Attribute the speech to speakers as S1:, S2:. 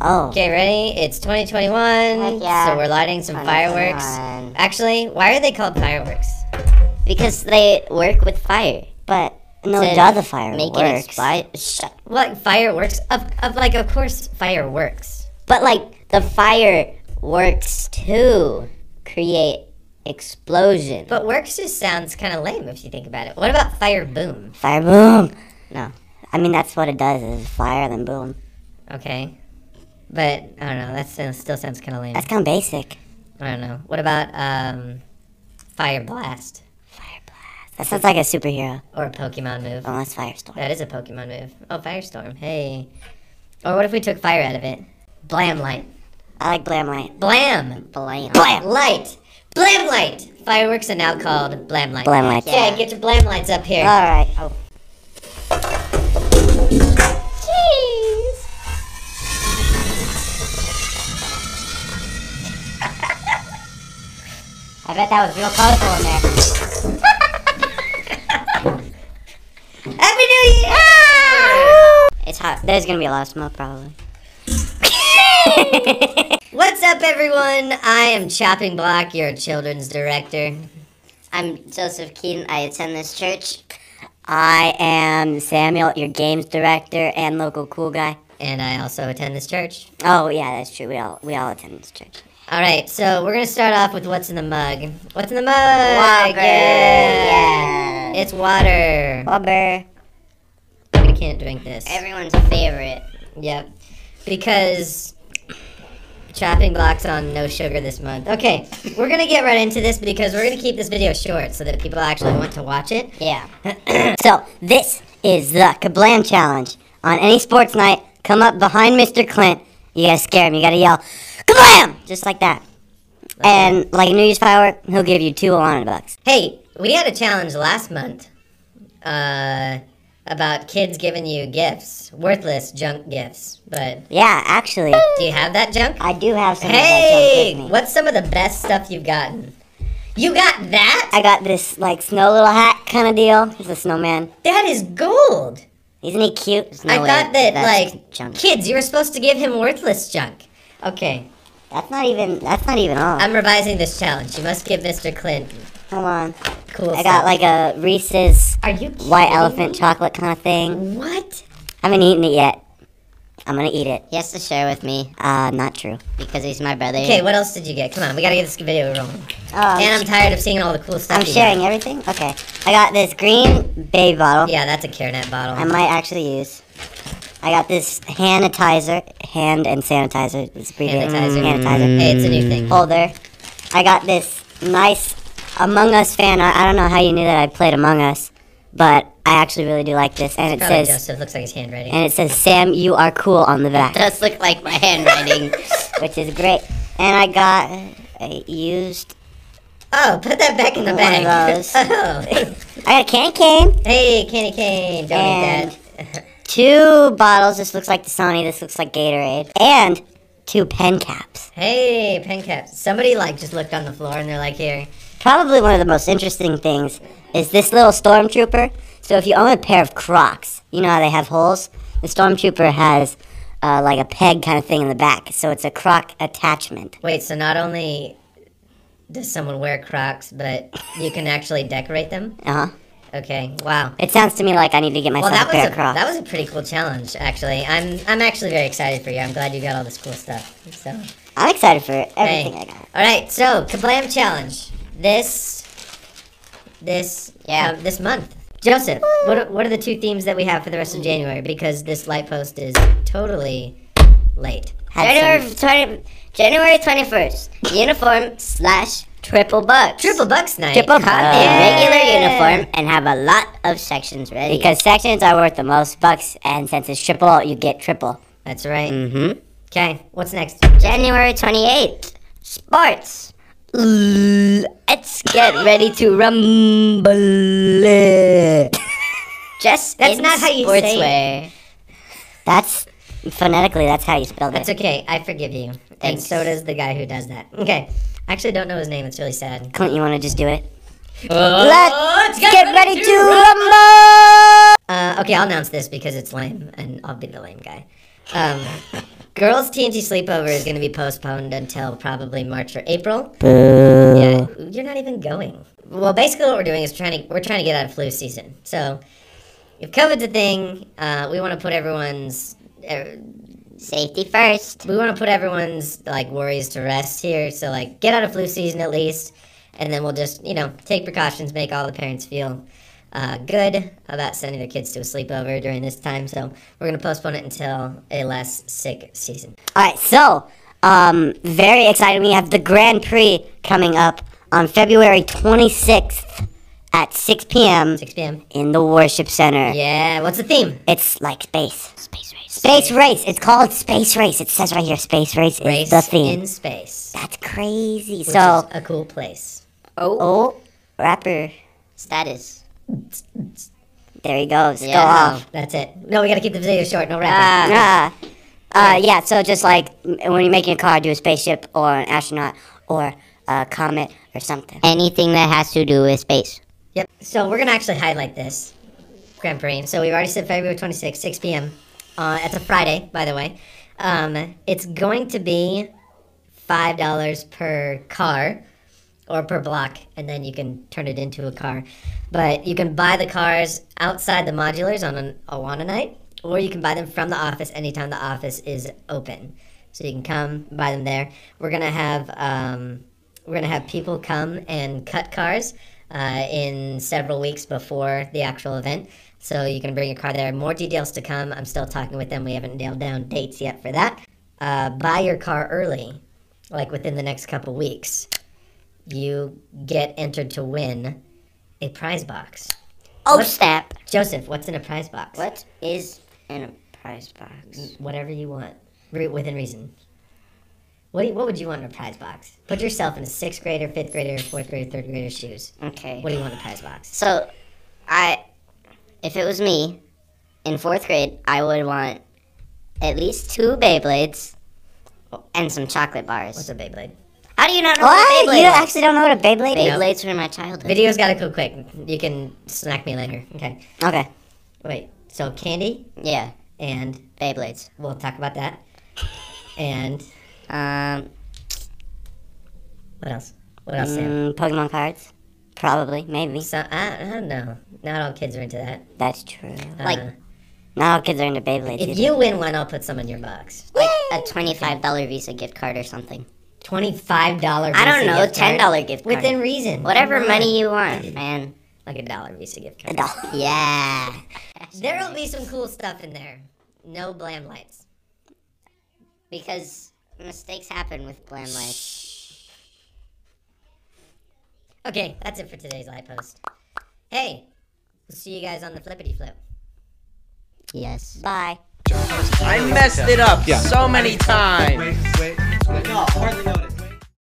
S1: Oh.
S2: Okay, ready? It's 2021,
S1: Heck yeah.
S2: so we're lighting some fireworks.
S1: 2021.
S2: Actually, why are they called fireworks?
S1: Because they work with fire. But no,
S2: To
S1: does the fire
S2: make it
S1: works.
S2: expli- Like fireworks? Of, of like, of course, fireworks.
S1: But like the fire works to create explosion.
S2: But works just sounds kind of lame if you think about it. What about fire boom?
S1: Fire boom. No, I mean that's what it does is fire then boom.
S2: Okay, but I don't know. That sounds, still sounds kind of lame.
S1: That's kind of basic.
S2: I don't know. What about um, fire blast
S1: Fire blast. That sounds like a superhero.
S2: or a Pokemon move?
S1: Oh, that's firestorm.
S2: That is a Pokemon move. Oh, firestorm. Hey. Or what if we took fire out of it? Blam light.
S1: I like blam light.
S2: Blam.
S1: Blam.
S2: Light. Blam light. Fireworks are now called blam light.
S1: Blam lights.
S2: Yeah, get your blam lights up here.
S1: All right. Oh.
S2: Jeez.
S1: I bet that was real colorful in there.
S2: Happy New Year!
S1: It's hot. There's gonna be a lot of smoke probably.
S2: What's up, everyone? I am Chopping Block, your children's director.
S1: I'm Joseph Keaton. I attend this church. I am Samuel, your games director and local cool guy.
S2: And I also attend this church.
S1: Oh yeah, that's true. We all we all attend this church.
S2: All right, so we're gonna start off with what's in the mug. What's in the mug?
S1: Water,
S2: Yeah.
S1: yes.
S2: It's water.
S1: Bobber.
S2: We can't drink this.
S1: Everyone's favorite.
S2: Yep. Because chopping blocks on no sugar this month. Okay, we're gonna get right into this because we're gonna keep this video short so that people actually want to watch it.
S1: Yeah. so this is the Kablam challenge. On any sports night, come up behind Mr. Clint. You gotta scare him. You gotta yell, Kablam! Just like that. And like a New Year's firework, he'll give you two wanted bucks.
S2: Hey, we had a challenge last month uh, about kids giving you gifts, worthless junk gifts. But
S1: Yeah, actually,
S2: do you have that junk?
S1: I do have some
S2: Hey,
S1: of that junk with me.
S2: what's some of the best stuff you've gotten? You got that?
S1: I got this like snow little hat kind of deal. He's a snowman.
S2: That is gold.
S1: Isn't he cute? There's
S2: I
S1: no way
S2: thought that
S1: that's
S2: like
S1: junk.
S2: kids, you were supposed to give him worthless junk. Okay,
S1: That's not even. That's not even all.
S2: I'm revising this challenge. You must give Mr. Clint
S1: Come on.
S2: cool
S1: I
S2: stuff.
S1: got like a Reese's
S2: Are you kidding?
S1: white elephant chocolate kind of thing.
S2: What?
S1: I haven't eaten it yet. I'm gonna eat it. He has to share with me. Uh, not true. Because he's my brother.
S2: Okay, what else did you get? Come on, we gotta get this video rolling.
S1: Um,
S2: and I'm tired of seeing all the cool stuff.
S1: I'm
S2: you
S1: sharing everything? Okay. I got this green bay
S2: got.
S1: bottle.
S2: Yeah, that's a CareNet bottle.
S1: I might actually use. I got this sanitizer, hand and sanitizer. It's abbreviated.
S2: Sanitizer.
S1: mm, Sanitizer. Oh,
S2: Hey, it's a new thing.
S1: Holder. I got this nice Among Us fan art. I don't know how you knew that I played Among Us, but I actually really do like this. And it
S2: Probably
S1: says,
S2: Joseph looks like his handwriting.
S1: and it says, Sam, you are cool on the back.
S3: does look like my handwriting.
S1: which is great. And I got uh, used.
S2: oh, put that back in the
S1: One
S2: bag.
S1: of those.
S2: oh.
S1: I got a candy cane
S2: hey, candy cane. Don't
S1: and
S2: eat
S1: two bottles. This looks like Dasani. This looks like Gatorade. And two pen caps.
S2: that. Hey, pen caps. Somebody like just looked on the floor and they're like, here.
S1: Probably one of the most interesting things is this little stormtrooper. So if you own a pair of Crocs, you know how they have holes. The stormtrooper has uh, like a peg kind of thing in the back, so it's a Croc attachment.
S2: Wait, so not only does someone wear Crocs, but you can actually decorate them?
S1: Uh huh.
S2: Okay. Wow.
S1: It sounds to me like I need to get myself
S2: Well, that
S1: a pair
S2: was a
S1: of Crocs.
S2: that was a pretty cool challenge, actually. I'm I'm actually very excited for you. I'm glad you got all this cool stuff. So,
S1: I'm excited for
S2: hey.
S1: everything I got.
S2: All right. So, Kablam challenge. This, this, yeah, this month. Joseph, what are, what are the two themes that we have for the rest of January? Because this light post is totally late.
S1: Had some-
S3: January 20, January 21st, uniform slash triple bucks.
S2: Triple bucks night.
S1: Triple
S3: Cop the
S1: bucks.
S3: regular uniform and have a lot of sections ready.
S1: Because sections are worth the most bucks, and since it's triple, you get triple.
S2: That's right.
S3: Mhm.
S2: Okay. What's next?
S3: January 28th, sports. Let's get ready to rumble. Just
S2: That's
S3: in
S2: not how you say
S3: sportswear.
S2: it.
S1: That's phonetically, that's how you spell
S2: That's
S1: that.
S2: okay. I forgive you. And
S1: Thanks.
S2: so does the guy who does that. Okay. I actually don't know his name. It's really sad. Oh,
S1: Clint, you want to just do it?
S2: Let's
S1: Let's get ready to rumble!
S2: Uh, Okay, I'll announce this because it's lame, and I'll be the lame guy. Um, girls' TNT sleepover is going to be postponed until probably March or April. Yeah, you're not even going. Well, basically, what we're doing is trying to we're trying to get out of flu season. So, if COVID's a thing, uh, we want to put everyone's er,
S3: Safety first.
S2: we want to put everyone's like worries to rest here. So like get out of flu season at least, and then we'll just you know take precautions, make all the parents feel uh, good about sending their kids to a sleepover during this time. So we're gonna postpone it until a less sick season.
S1: All right, so um, very excited. We have the Grand Prix coming up on February 26th at 6 p.m.
S2: 6 p.m.
S1: in the Worship Center.
S2: Yeah, what's the theme?
S1: It's like space. Space race. Space race. It's called space race. It says right here, space race,
S2: Race
S1: is the theme.
S2: in space,
S1: That's crazy.
S2: which
S1: so,
S2: is a cool place.
S3: Oh,
S1: oh, rapper,
S3: status.
S1: there he goes. Go
S3: Yeah.
S1: off.
S2: That's it. No, we gotta keep the video short. No rapping.
S3: Ah,
S1: Ah. Uh, yeah, so just like m- when you're making a car, do a spaceship or an astronaut or a comet or something.
S3: anything that has to do with space.
S2: Yep. So we're gonna actually highlight this Grand Prix. So we've already said February 26th, 6 p.m. Uh, it's a Friday, by the way. Um, it's going to be five dollars per car or per block, and then you can turn it into a car. But you can buy the cars outside the modulars on an Awana night, or you can buy them from the office anytime the office is open. So you can come buy them there. We're gonna have um, we're gonna have people come and cut cars uh, in several weeks before the actual event. So you can bring your car there. More details to come. I'm still talking with them. We haven't nailed down dates yet for that. Uh, buy your car early, like within the next couple weeks you get entered to win a prize box.
S3: Oh, snap.
S2: Joseph, what's in a prize box?
S3: What is in a prize
S1: Mm,
S3: box?
S2: Whatever you want, re- within reason. What, do you, what would you want in a prize box? Put yourself in a sixth grader, fifth grader, fourth grader, third grader shoes.
S3: Okay.
S2: What do you want in a prize box?
S3: So, I, if it was me, in fourth grade, I would want at least two Beyblades and some chocolate bars.
S2: What's a Beyblade?
S3: How do you not know what a
S1: What?
S3: Beyblade
S1: You
S3: is?
S1: actually don't know what a Beyblade is?
S3: Beyblades were my childhood.
S2: Video's gotta go quick. You can snack me later. Okay.
S1: Okay.
S2: Wait. So candy,
S3: yeah,
S2: and
S3: Beyblades.
S2: we'll talk about that. And
S3: Um,
S2: what else? What else, Sam?
S1: Mm, Pokemon cards? Probably. Maybe.
S2: So I, I don't know. Not all kids are into that.
S1: That's true.
S3: Like-
S2: Uh,
S1: Not all kids are into Beyblades
S2: If
S1: either.
S2: you win one, I'll put some in your box.
S3: like a twenty-five dollar Visa gift card or something.
S2: Twenty-five dollar.
S3: I don't know, ten dollar gift card.
S2: Within reason.
S3: whatever
S2: Come on.
S3: money you want, man.
S2: Like a dollar Visa gift card.
S1: No.
S3: Yeah.
S2: There'll be some cool stuff in there. No blam lights.
S3: Because mistakes happen with bland life.
S2: Okay, that's it for today's live post. Hey, we'll see you guys on the flippity flip.
S3: Yes.
S1: Bye.
S4: I messed it up so many times.
S5: Wait, wait, wait. No, hardly noticed.